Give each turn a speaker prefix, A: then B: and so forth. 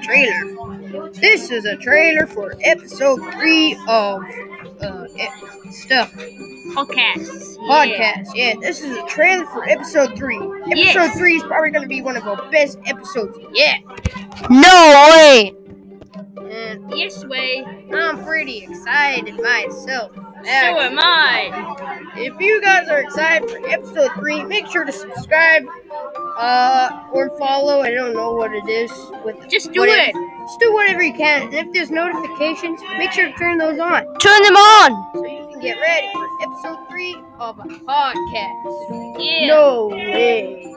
A: trailer. This is a trailer for episode three of uh, e- stuff
B: Podcast.
A: podcast. Yeah. this is a trailer for episode three. Episode
B: Yes.
A: three is probably gonna be one of our best episodes yet.
B: No way.
A: And
B: Yes way.
A: I'm pretty excited myself.
B: So
A: Yeah,
B: am I.
A: if you guys are excited for episode three, make sure to subscribe uh, or follow. I don't know what it is with
B: Just do
A: whatever-
B: it.
A: Just do whatever you can. And if there's notifications, make sure to turn those on.
B: Turn them on.
A: so you can get ready for episode three of a podcast.
B: Yeah.
A: No way.